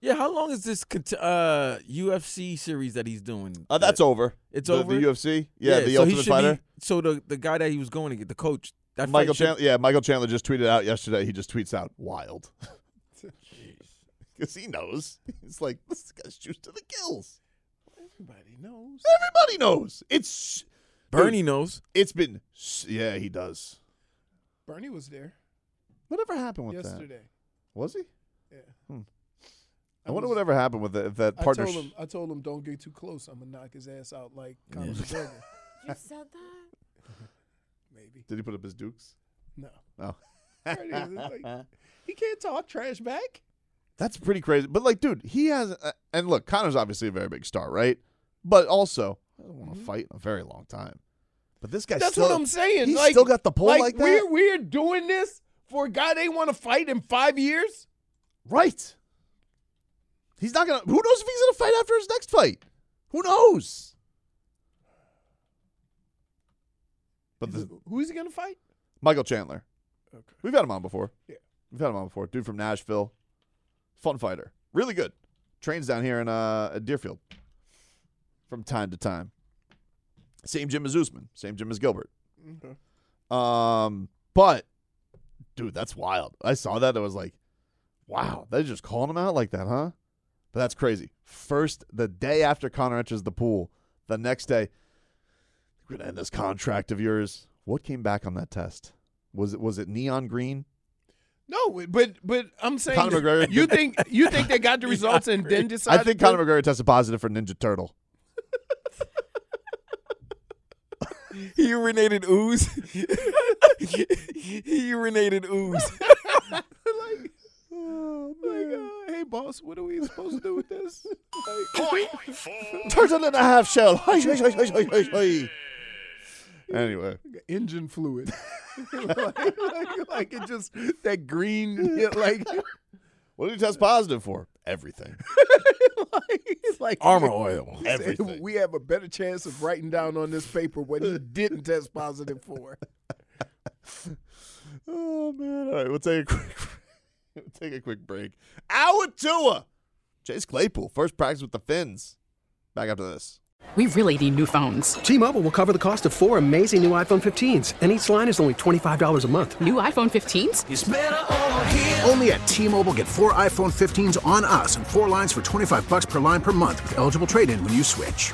Speaker 9: Yeah, how long is this cont- uh, UFC series that he's doing?
Speaker 3: Uh, that's over.
Speaker 9: It's
Speaker 3: The-
Speaker 9: over.
Speaker 3: The UFC. Yeah, the
Speaker 9: so he
Speaker 3: Ultimate
Speaker 9: should be-
Speaker 3: Fighter.
Speaker 9: so the the guy that he was going to get, the coach, that fight
Speaker 3: Michael
Speaker 9: should-
Speaker 3: Chandler. Yeah, Michael Chandler just tweeted out yesterday. He just tweets out wild. Because he knows. It's like this guy's juiced to the gills.
Speaker 5: Everybody knows.
Speaker 3: Everybody knows. It's
Speaker 9: Bernie
Speaker 3: dude,
Speaker 9: knows.
Speaker 3: It's been. s- Yeah, he does.
Speaker 5: Bernie was there
Speaker 3: Whatever happened with that?
Speaker 5: yesterday.
Speaker 3: Was he?
Speaker 5: Yeah.
Speaker 3: Hmm. I,
Speaker 5: I
Speaker 3: wonder
Speaker 5: was-
Speaker 3: whatever happened with that, if that
Speaker 5: I told
Speaker 3: partnership.
Speaker 5: him. I told him don't get too close. I'm gonna knock his ass out like Conor
Speaker 3: Yeah.
Speaker 5: McGregor.
Speaker 6: You said that?
Speaker 5: Maybe.
Speaker 3: Did he put up his dukes?
Speaker 5: No.
Speaker 3: Oh.
Speaker 5: There it is. It's like, he can't talk trash back.
Speaker 3: That's pretty crazy. But like, dude, he has. Uh, and look, Connor's obviously a very big star, right? But also, I don't want to fight in a very long time. But this guy.
Speaker 5: Mm-hmm. That's
Speaker 3: still,
Speaker 5: what I'm saying.
Speaker 3: He's
Speaker 5: like,
Speaker 3: still got the pull like, that.
Speaker 5: We're we're doing this for a guy they want to fight in five years.
Speaker 3: Right. He's not gonna. Who knows if he's gonna fight after his next fight? Who knows? But the,
Speaker 5: Who is he gonna fight?
Speaker 3: Michael Chandler.
Speaker 5: Okay.
Speaker 3: We've had him on before.
Speaker 5: Yeah.
Speaker 3: We've had him on before. Dude from Nashville. Fun fighter. Really good. Trains down here in uh, Deerfield from time to time. Same gym as Usman. Same gym as Gilbert.
Speaker 5: Okay.
Speaker 3: Um, but dude, that's wild. I saw that. I was like, wow, they're just calling him out like that, huh? But that's crazy. First, the day after Connor enters the pool, the next day, we're gonna end this contract of yours. What came back on that test? Was it was it neon green?
Speaker 5: No, but but I'm saying
Speaker 3: Conor
Speaker 5: that-
Speaker 3: McGregor.
Speaker 5: You think you think they got the results and then decided?
Speaker 3: I think Conor McGregor tested positive for Ninja Turtle.
Speaker 9: He urinated ooze. he urinated ooze.
Speaker 5: like, oh my god! Hey, boss, what are we supposed to do with this? Like,
Speaker 3: Turtle and a half shell. Hoi, hoi, hoi, hoi, hoi, hoi, hoi. Anyway,
Speaker 5: engine fluid. like, like, like it just that green yeah, like
Speaker 3: what did he test positive for? Everything.
Speaker 5: it's like
Speaker 9: Armor oil.
Speaker 5: He said,
Speaker 3: Everything.
Speaker 5: we have a better chance of writing down on this paper what he didn't test positive for.
Speaker 3: Oh man! All right, we'll take a quick we'll take a quick break. Hour Tua, Chase Claypool, first practice with the Finns. Back after this.
Speaker 14: We really need new phones. T-Mobile will cover the cost of four amazing new iPhone 15s, and each line is only $25 a month. New iPhone 15s?
Speaker 15: Only at T-Mobile get four iPhone 15s on us and four lines for 25 bucks per line per month with eligible trade-in when you switch.